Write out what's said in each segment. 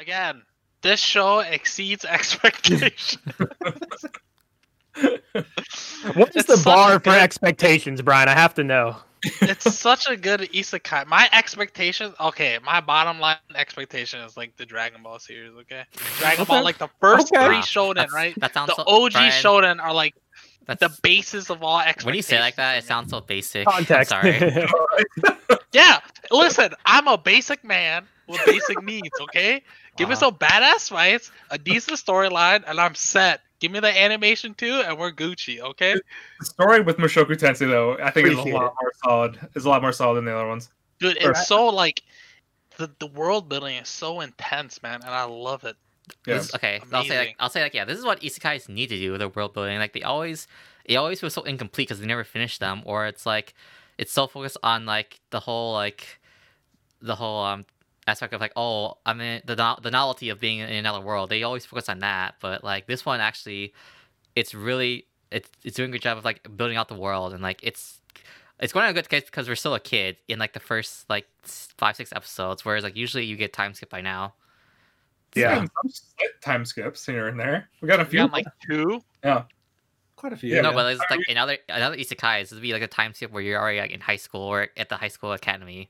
Again, this show exceeds expectations. What is It's the such bar a for good- expectations, Brian? I have to know. it's such a good isekai. My expectations, okay, my bottom line expectation is like the Dragon Ball series, okay? Dragon Okay. Ball, like the first Okay. three Wow, shonen, That's- right? That sounds The so, OG Brian, shonen are like That's, the basis of all expectations. when you say like that, it for me. sounds so basic. I'm Context. sorry. Yeah, listen, I'm a basic man with basic needs, okay? Give me Wow. some badass fights, a decent storyline, and I'm set. Give me the animation too, and we're Gucci, okay? The story with Mushoku Tensei though, I think is a Appreciate lot more solid. Is a lot more solid than the other ones. Dude, Right. it's so like the, the world building is so intense, man, and I love it. Yeah. This- okay, I'll say like amazing. I'll say like yeah, this is what isekais need to do with their world building. Like they always it always feels so incomplete because they never finish them, or it's like it's so focused on like the whole like the whole um aspect of like oh I mean the no- the novelty of being in another world. They always focus on that, but like this one actually, it's really it's it's doing a good job of like building out the world and like it's. It's going on a good case because we're still a kid in like the first like s- five six episodes, whereas like usually you get time skip by now. Yeah, So- some slight time skips here and there. We got a We few. got like two. Quite a few. Yeah. No, but it's like another another isekai. This would be like a time skip where you're already like in high school or at the high school academy,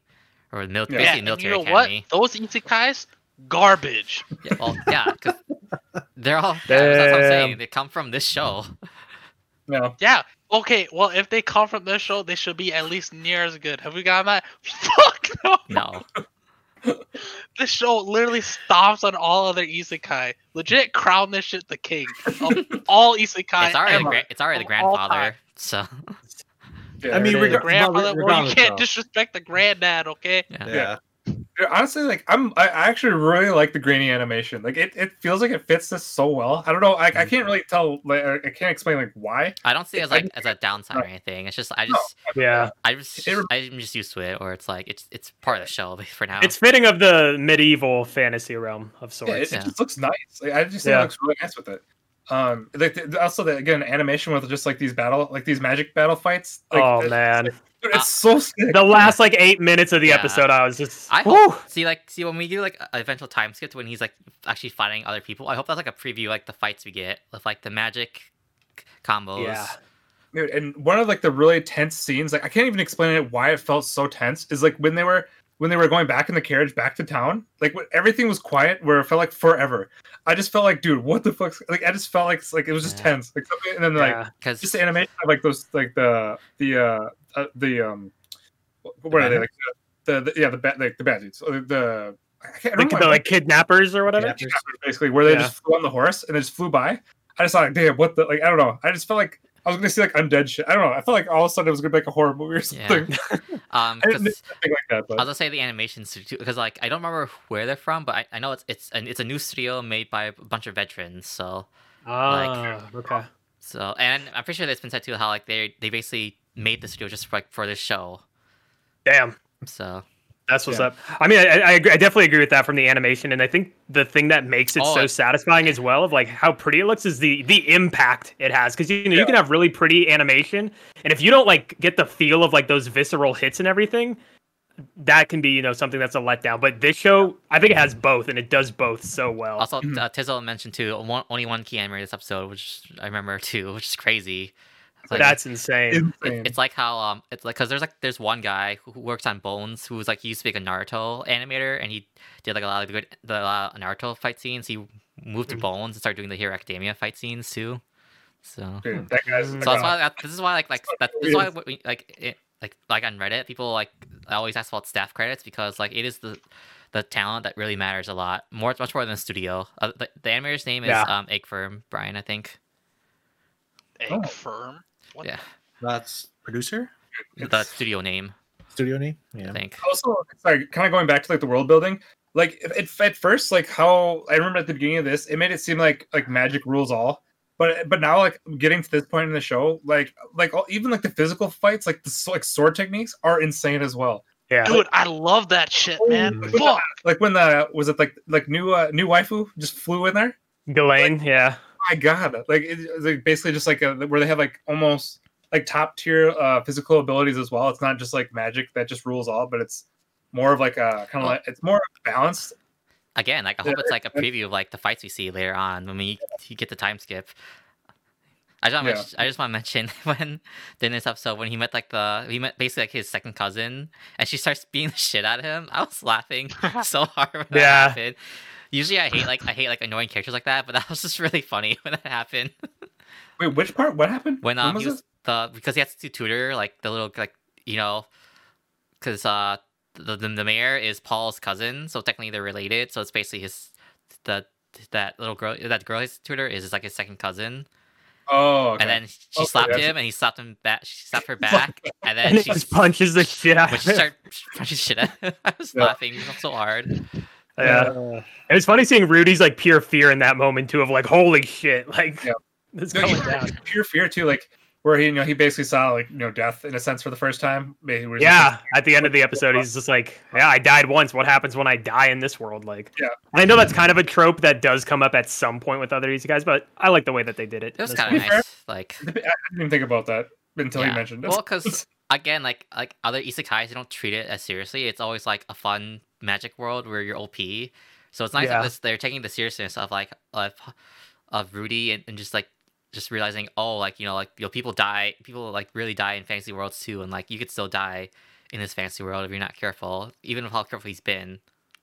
or mil- basically Yeah. Yeah, and military you know academy. what? Those isekais, garbage. Yeah, well, yeah, 'cause they're all. yeah, that's what I'm Damn. saying. They come from this show. No, Yeah. Okay, well, if they come from this show, they should be at least near as good. Have we gotten that? Fuck no! No, This show literally stomps on all other isekai. Legit crown this shit the king of all isekai. it's already the ever. gra- it's already the Of all time. grandfather. So yeah, I mean, There the it is. reg- grandfather. Well, you regardless, can't though. disrespect the granddad, okay? yeah. Yeah. Dude, honestly, like I'm, I I actually really like the grainy animation. Like it, it feels like it fits this so well. I don't know. Like I can't really tell. Like I I can't explain like why. I don't see it as I like didn't- as a downside or anything. It's just I just yeah. I just It rem- I'm just used to it, or it's like it's it's part of the show for now. It's fitting of the medieval fantasy realm of Yeah, it, sorts. it Yeah. just looks nice. Like, I just think Yeah. it looks really nice with it. Um, like the, also the, again animation with just like these battle, like these magic battle fights. Like, oh it's- man, dude, Uh, it's so sick. the last like eight minutes of the Yeah. episode, I was just. I Whew! hope, see like see when we do like a- eventual time skip to when he's like actually fighting other people. I hope that's like a preview like the fights we get with like the magic c- combos. Yeah. Dude, and one of like the really tense scenes, like I can't even explain it why it felt so tense, is like when they were when they were going back in the carriage back to town, like when everything was quiet, where it felt like forever. I just felt like, dude, what the fuck's like? I just felt like like it was just Yeah. tense, like something- and then like Yeah. Because just the animation of like those like the the uh, uh the um wh- what are they banner? like the, the yeah the bat like the bad dudes Uh, the I can't I The, don't the know like kidnappers or whatever. Yeah. basically where they Yeah. just flew on the horse and they just flew by. I just thought, like, damn, what the like? I don't know. I just felt like I was gonna see like undead shit. I don't know. I felt like all of a sudden it was gonna be like a horror movie or Yeah. something, um, I 'cause didn't- something like that. But I'll just say the animations too, because like I don't remember where they're from, but I, I know it's it's an, it's a new studio made by a bunch of veterans. So Ah, okay. so and I'm pretty sure that's been said too how like they they basically made the studio just for, like for this show. Damn. So That's what's Yeah. up. I mean, I, I, agree, I definitely agree with that from the animation, and I think the thing that makes it Oh, so it- satisfying as well of like how pretty it looks is the the impact it has because you know you can have really pretty animation, and if you don't like get the feel of like those visceral hits and everything, that can be you know something that's a letdown. But this show, I think it has both, and it does both so Oh, well. also hmm. uh, Tizzle mentioned too one, only one key animator this episode, which I remember too, which is crazy. Like, that's insane. insane. It, it's like how um, it's like because there's like there's one guy who who works on Bones who was like he used to be like a Naruto animator and he did like a lot of the good the uh, Naruto fight scenes. He moved to Bones and started doing the Hero Academia fight scenes too. So, Dude, that guy's So so like, that's uh, why that, this is why like like that, this is why we, like it, like like on Reddit people like always ask about staff credits because like it is the the talent that really matters a lot more much more than the studio. Uh, the, the animator's name is Yeah. um Egg Firm Brian I think. Egg Oh. firm. What Yeah, That's producer the it's- studio name studio name. I Yeah. think. also it's like kind of going back to like the world building like it, it, at first like how i remember at the beginning of this it made it seem like like magic rules all but but now like getting to this point in the show like like all, even like the physical fights like the s- like sword techniques are insane as well Yeah. Dude, I love that shit, man. Mhm. Fuck. like when the was it like like new uh, new waifu just flew in there Ghislaine, yeah. my god like it, it's, like basically just like a, where they have like almost like top tier uh physical abilities as well it's not uh, Oh. just like magic that just rules all but it's more of like a kind of like it's more balanced again, like I Yeah, hope it's like a preview of like the fights we see later on when we you get the time skip. I just want Yeah. to I just want to mention when in this episode when he met like the he met basically like his second cousin and she starts beating the shit out of him. I was laughing so hard when that Yeah. happened. Usually I hate like I hate like annoying characters like that, but that was just really funny when that happened. Wait, which part? What happened? When um was he was this? the because he has to tutor like the little like you know because uh the, the the mayor is Paul's cousin, so technically they're related. So it's basically his the that little girl that girl his tutor is, is like his second cousin. Oh, okay. And then she Okay, slapped gotcha. him and he slapped him back she slapped her back and then and it she just punches the shit out when of she him. started punching shit out. I was Yeah. laughing so hard. Yeah. It was Uh, funny seeing Rudy's like pure fear in that moment too of like, holy shit, like Yeah. this is No, he- going down. pure fear too, like where he you know he basically saw like you know death in a sense for the first time. Maybe he was just Yeah, at the end of the episode, he's just like, "Yeah, I died once. What happens when I die in this world?" Like, Yeah. And I know that's kind of a trope that does come up at some point with other Easy guys, but I like the way that they did it. It was This kind one. of To be fair, nice. Like like- I didn't even think about that until you Yeah. mentioned it. Well, because again, like like other isekais, they don't treat it as seriously. It's always like a fun magic world where you're OP. So it's nice Yeah. that this, they're taking the seriousness of like of, of Rudy and, and just like just realizing oh like you know like you know people die people like really die in fantasy worlds too and like you could still die in this fantasy world if you're not careful even with how careful he's been.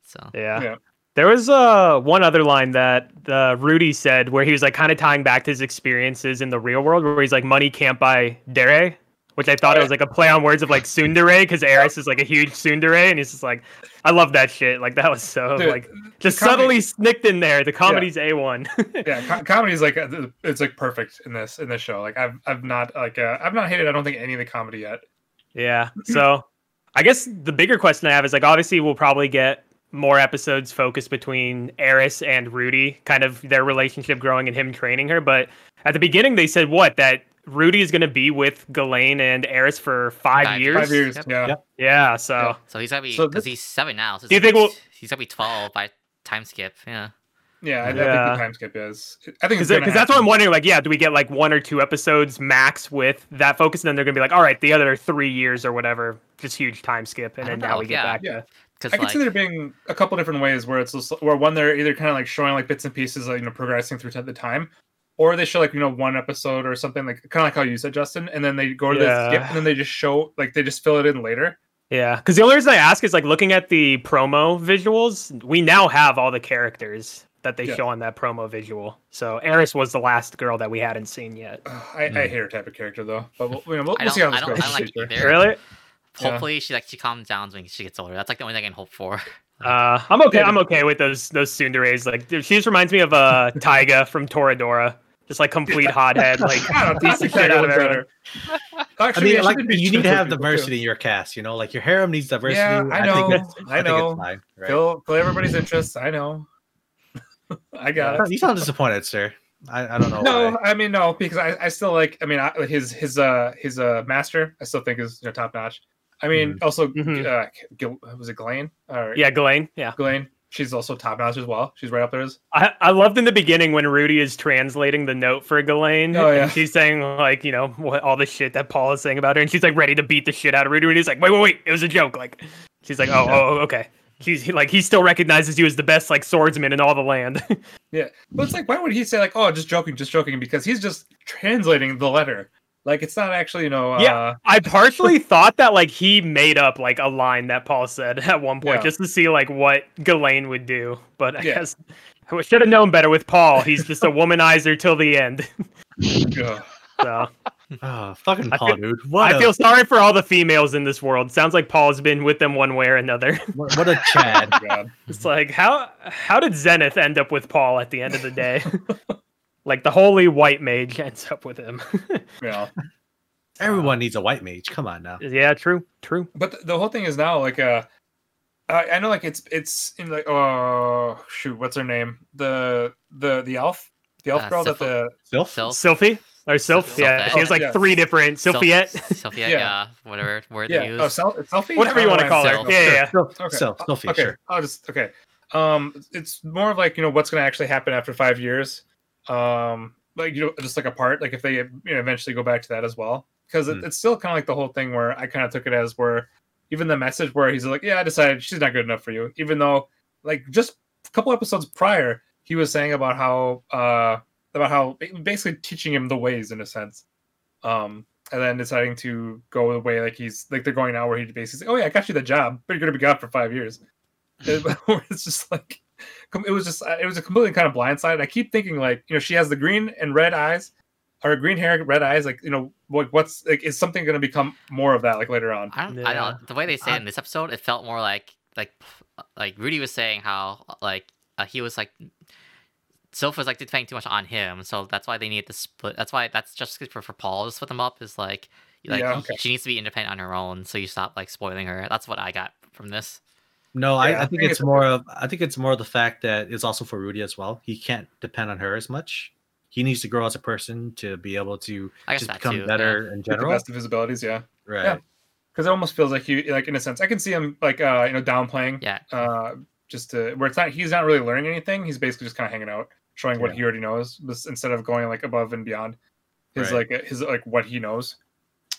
So Yeah. Yeah. There was uh, one other line that uh, Rudy said where he was like kind of tying back to his experiences in the real world where he's like, money can't buy dere, which I thought it was like a play on words of like tsundere because Eris is like a huge tsundere. And he's just like, I love that shit. Like, that was so Dude, like just subtly comedy- snicked in there. The comedy's A1. yeah, co- comedy is like uh, th- it's like perfect in this in this show. Like I've I've not like uh, I've not hated I don't think any of the comedy yet. Yeah. So I guess the bigger question I have is like obviously we'll probably get more episodes focused between Eris and Rudy, kind of their relationship growing and him training her. But at the beginning they said what? That Rudy is gonna be with Ghislaine and Eris for five, Five- years? Five years, Yep. yeah. Yep. Yeah, so Yeah. so he's gotta be So because this- he's seven now. So Do you it's gonna think be- he's gonna be twelve by time skip? Yeah. Yeah, I, Yeah. I think the time skip is. I think because it's gonna that's what I'm happen. wondering. Like, yeah, do we get like one or two episodes max with that focus, and then they're gonna be like, all right, the other three years or whatever, just huge time skip, and I then don't now know, we get yeah. back. Yeah. to Because I can like, see there being a couple different ways where it's just, where one they're either kind of like showing like bits and pieces, like, you know, progressing through t- the time, or they show like you know one episode or something like kind of like how you said, Justin, and then they go to the skip Yeah. and then they just show like they just fill it in later. Yeah, because the only reason I ask is like looking at the promo visuals, we now have all the characters that they Yeah. show on that promo visual. So Eris was the last girl that we hadn't seen yet. Ugh, I, I hate her type of character though, but we'll, you know, we'll, I we'll see how don't, this I don't, goes. I don't like in the future. either. Really? Yeah. Hopefully she like she calms down when she gets older. That's like the only thing I can hope for. Uh, I'm okay. I'm okay with those those Sundares. Like dude, she just reminds me of uh Taiga from Toradora, just like complete hothead. Like God, I'm beats the shit out of everyone. I Actually, mean, yeah, she like did beat you shit need to out of have people, too. diversity in your cast. You know, like your harem needs diversity. Yeah, I know, think that's- I think it's know. fine, right? Fill, fill everybody's interests. I know. I got it. You sound disappointed, sir. I, I don't know. No, why. I mean no, because I, I still like. I mean, I, his his uh his uh master, I still think is you know, top notch. I mean, Mm-hmm. also Mhm. uh, Gil, was it Glane? Or yeah, Ghislaine. Yeah, Glane. She's also top notch as well. She's right up there. As, I I loved in the beginning when Rudy is translating the note for Ghislaine. Oh, yeah. and she's saying like you know what all the shit that Paul is saying about her, and she's like ready to beat the shit out of Rudy. And he's like, wait, wait, wait, it was a joke. Like she's like, oh, Yeah. oh, okay. He's he, like he still recognizes you as the best like swordsman in all the land. but it's like, why would he say like, oh, just joking, just joking? Because he's just translating the letter. Like it's not actually, you know. Yeah. Uh, I partially thought that like he made up like a line that Paul said at one point Yeah. just to see like what Ghislaine would do, but I Yeah. guess I should have known better with Paul. He's just a womanizer till the end. ugh. So. Oh, fucking I Paul, feel- dude. What I a- feel sorry for all the females in this world. Sounds like Paul's been with them one way or another. what what a Chad. God. It's like how how did Zenith end up with Paul at the end of the day? like the holy white mage ends up with him. Yeah. Everyone needs a white mage. Come on now. yeah, true, true. but the, the whole thing is now like uh I, I know like it's it's in like oh shoot what's her name the the the elf the elf Uh, girl that Syphil- the Self. Sylph? Sylphie or Sylph? Sylphette. Yeah, she has like Yeah. three different Sylph- Sylphiette. Sylphiette, Yeah. yeah. whatever word yeah they use. oh, self, it's selfie Whatever I you don't want to know call why her. I'm Yeah, yeah, yeah. Sylph. saying Self. it. okay Self. Selfie, okay sure. I'll just okay um it's more of like you know what's gonna actually happen after five years um like you know just like a part like if they you know, eventually go back to that as well because it, Hmm. it's still kind of like the whole thing where I kind of took it as where even the message where he's like yeah I decided she's not good enough for you even though like just couple episodes prior, he was saying about how uh about how ba- basically teaching him the ways in a sense. Um and then deciding to go the way like he's like they're going now where he basically says, Oh yeah, I got you the job, but you're gonna be gone for five years. it's just like com- it was just uh, it was a completely kind of blindsided. I keep thinking like, you know, she has the green and red eyes or green hair, red eyes, like you know, like what's like is something gonna become more of that like later on. I don't, I Yeah. don't. The way they say it in this episode, it felt more like like like Rudy was saying how like uh, he was like Soph was like depending too much on him, so that's why they need to split. That's why that's just good for for Paul to split them up is like like Yeah, he- okay. she needs to be independent on her own, so you stop like spoiling her. That's what I got from this. No, I, Yeah, I think it's more of I think it's more of the fact that it's also for Rudy as well. He can't depend on her as much. He needs to grow as a person to be able to I guess just that become too. yeah. better in With the general. best of his abilities, yeah. Right. Yeah. because it almost feels like he like in a sense I can see him like uh you know downplaying Yeah. uh just to where it's not he's not really learning anything he's basically just kind of hanging out showing what Yeah. he already knows bes- instead of going like above and beyond his Right. like uh, his like what he knows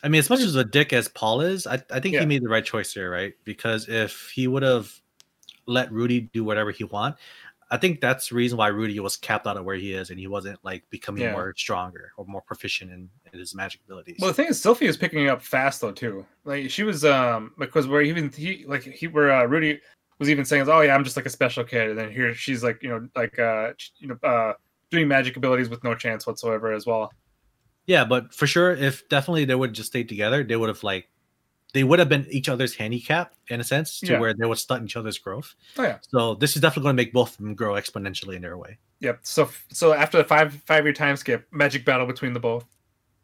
I mean, as much as a dick as Paul is, I, I think Yeah. he made the right choice here, right? Because if he would have let Rudy do whatever he want, I think that's the reason why Rudy was capped out at where he is and he wasn't like becoming Yeah. more stronger or more proficient in, in his magic abilities. well the thing is Sylphie is picking it up fast though too like she was um because where even he like he where uh, Rudy was even saying oh yeah I'm just like a special kid and then here she's like you know like uh sh- you know uh doing magic abilities with no chance whatsoever as well Yeah, but for sure, if definitely they would just stayed together, they would have like they would have been each other's handicap in a sense to Yeah. where they would stunt each other's growth. oh yeah So this is definitely going to make both of them grow exponentially in their way. Yep. So f- so after the five five year time skip, magic battle between the both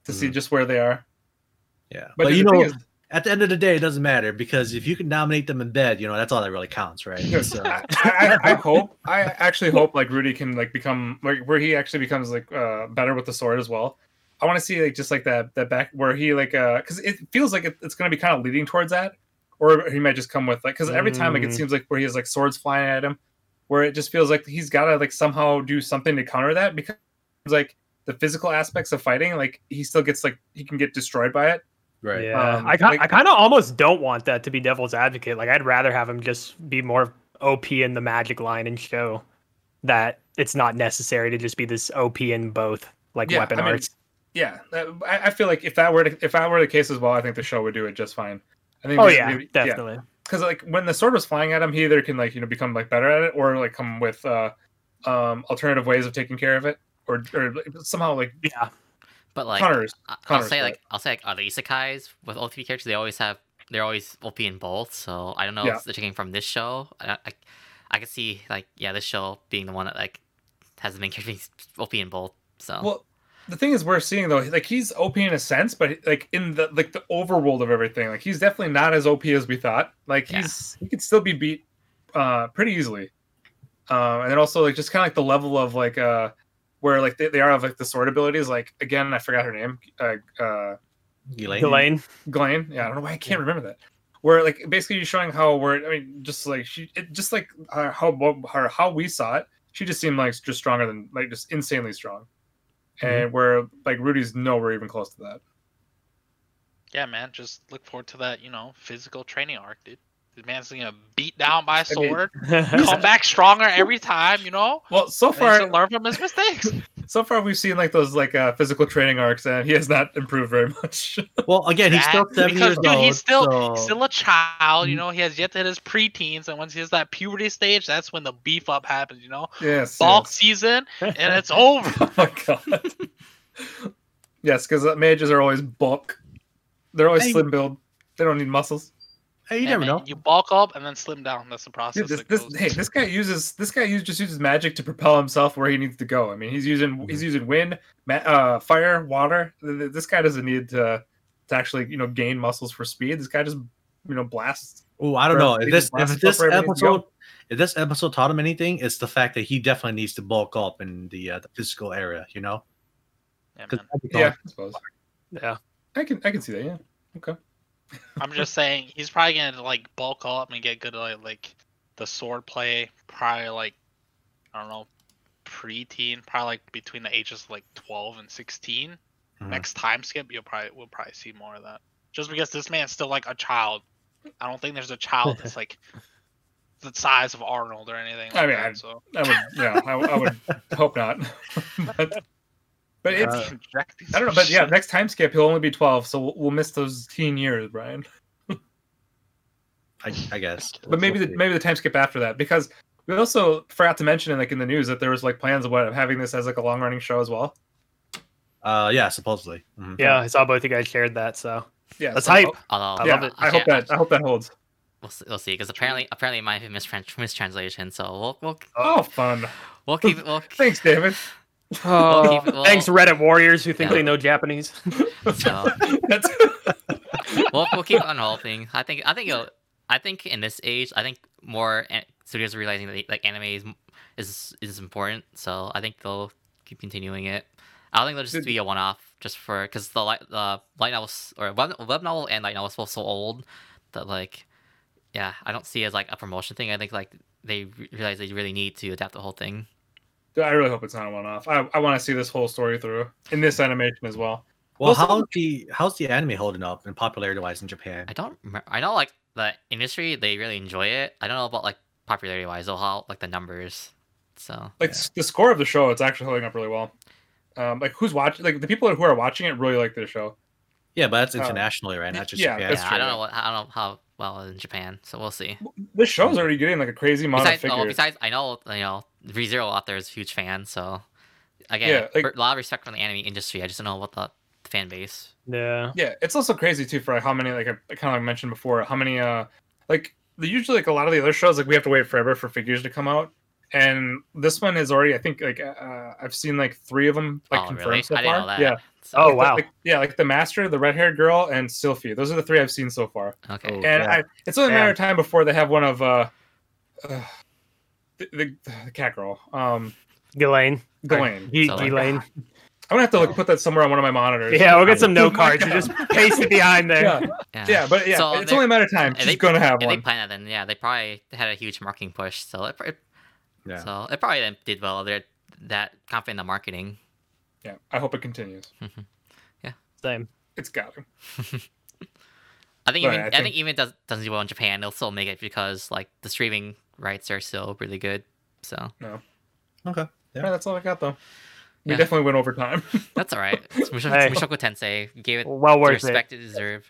to see just where they are. Yeah, but, But, Mm-hmm. you the know, thing is, at the end of the day, it doesn't matter because if you can dominate them in bed, you know that's all that really counts, right? Yes. So, I, I, I hope I actually hope like Rudy can like become like where he actually becomes like uh better with the sword as well. I want to see like just like that that back where he like uh because it feels like it, it's gonna be kind of leading towards that, or he might just come with like because every time like it Mm. seems like where he has like swords flying at him, where it just feels like he's gotta like somehow do something to counter that because like the physical aspects of fighting like he still gets like he can get destroyed by it right. Yeah, Um, I, ki- like- I kind of almost don't want that to be devil's advocate. Like, I'd rather have him just be more OP in the magic line and show that it's not necessary to just be this OP in both, like Yeah, weapon I mean, arts. Yeah, that- I, I feel like if that were to, if that were the case as well, I think the show would do it just fine. I think. oh they- yeah, they- definitely. Because like when the sword was flying at him, he either can like you know become like better at it, or like come with uh, um, alternative ways of taking care of it, or or like, somehow like Yeah, But like, Connor's. I- I'll Connor's say right. like I'll say like other isekais with OTP characters, they always have they're always OP in both. So I don't know Yeah. if they're taking from this show. I, I I could see like yeah, this show being the one that like has the main character being OP in both. So Well, the thing is, we're seeing though, like he's OP in a sense, but like in the like the overworld of everything, like he's definitely not as OP as we thought. Like Yeah. he's he could still be beat uh pretty easily. Um, and then also like just kind of like the level of like uh where like they, they are of like the sword abilities. Like again, I forgot her name. Uh, uh Elaine. Elaine. Glenn. Yeah, I don't know why I can't remember that. Where like basically you're showing how we're. I mean, just like she, it, just like uh, how what- her how we saw it. She just seemed like just stronger than like just insanely strong, and where like Rudy's nowhere even close to that. Yeah, man, just look forward to that, you know, physical training arc, dude. This man's gonna beat down by a I mean- sword, come back stronger every time, you know? Well, so And he should far, learn from his mistakes. so far we've seen like those like uh, physical training arcs, and he has not improved very much. Well, again, he's still That- seven because, years dude, old. he's still- so- He's still a child, mm. you know, he has yet to hit his preteens, and once he hits that puberty stage, that's when the beef up happens, you know? yes, Bulk yes. season, and it's over. Oh my god. yes, because mages are always bulk. They're always Hey. slim build. They don't need muscles. hey, you Yeah, never man, know. You bulk up and then slim down. That's the process. Dude, this, that this, goes- hey, this guy uses this guy use, just uses magic to propel himself where he needs to go. I mean, he's using Mm-hmm. he's using wind, ma- uh, fire, water. Th- th- This guy doesn't need to to actually you know gain muscles for speed. This guy just you know blasts. Oh, I don't Or know. they just If this blast if stuff this wherever they need to go. episode if this episode taught him anything, it's the fact that he definitely needs to bulk up in the uh, the physical area. You know, Yeah, 'Cause man. that's all- Yeah, I suppose yeah, I can I can see that. Yeah, okay. I'm just saying he's probably gonna like bulk up and get good at like, like the sword play. Probably like I don't know, preteen. Probably like between the ages of like 12 and 16. Mm-hmm. Mhm. Next time skip, you'll probably we'll probably see more of that. Just because this man's still like a child. I don't think there's a child that's like the size of Arnold or anything. I like mean, that, I- so I would, yeah, I, I would hope not. but, but it's, Uh, Injecting I don't know. some But yeah, shit. next time skip, he'll only be 12, so we'll, we'll miss those teen years, Brian. I, I guess. But maybe the maybe the time skip after that because we also forgot to mention in like in the news that there was like plans of what of having this as like a long running show as well. Uh, yeah, supposedly. Mhm. Yeah, I saw both you guys shared that. So Yeah, That's so- hype. Although, I yeah, love it. I hope can't- that I hope that holds. We'll see, we'll see, because apparently, apparently, it might be mistran- mistranslation. So we'll, we'll, Oh, fun! we'll keep it. We'll, Thanks, David. we'll keep it. We'll, Thanks, Reddit warriors who think Yeah. they know Japanese. so That's we'll, we'll keep it on hoping. I think, I think, it'll, I think, in this age, I think more an- studios are realizing that like anime is is is important. So I think they'll keep continuing it. I don't think they'll just Did- be a one off, just for because the light the light novels or web, web novel and light novels both so old that like, yeah, I don't see it as like a promotion thing. I think like they re- realize they really need to adapt the whole thing. Dude, I really hope it's not a one off. I, I want to see this whole story through in this animation as well. Well, Well, some- how's the how's the anime holding up in popularity wise in Japan? I don't. remem- I know like the industry, they really enjoy it. I don't know about like popularity wise, or how like the numbers. So Like s- the score of the show, it's actually holding up really well. Um, like who's watching? Like the people who are watching it really like this show. Yeah, but that's Uh, internationally, right? Not just yeah, Japan. that's yeah, true, I don't yeah. know. What, I don't know how well in Japan. So we'll see. This Mm. show's already getting like a crazy amount Besides, of oh, figures. besides, I know you know ReZero out there is a huge fan. So again, Yeah, like- r- a lot of respect from the anime industry. I just don't know what the fan base. Yeah. yeah it's also crazy too for like, how many like i kind of like mentioned before how many uh like the- usually like a lot of the other shows like we have to wait forever for figures to come out and this one is already i think like uh, i've seen like three of them like oh, confirmed really? so I far didn't know that. yeah So, Oh, Like, the- wow. like- yeah like the master the red-haired girl and sylphie those are the three i've seen so far Okay. Oh, and yeah. I, it's only a matter of time before they have one of uh, uh the, the, the cat girl um Ghislaine. Galen. G- So, like, Ghislaine. i'm gonna have to like put that somewhere on one of my monitors Yeah, we'll get some Oh note my cards. You God. just paste it behind there. yeah, yeah, but yeah, So it's they- only a matter of time. and She's they- gonna have If they one. plan that, then yeah, they probably had a huge marketing push. So it, pr- it Yeah. so it probably then did well. They're that confident in the marketing. Yeah, I hope it continues. Same. It's got to. I think Right, even I I think, think- even if it does, doesn't do well in Japan, they'll still make it because like the streaming rights are still really good. So Okay. Yeah. Yeah, that's all I got though. We Yeah. definitely went over time. that's all right. It's Mushoku, Hey. Mushoku Tensei gave it Well the worth it. respect it deserved.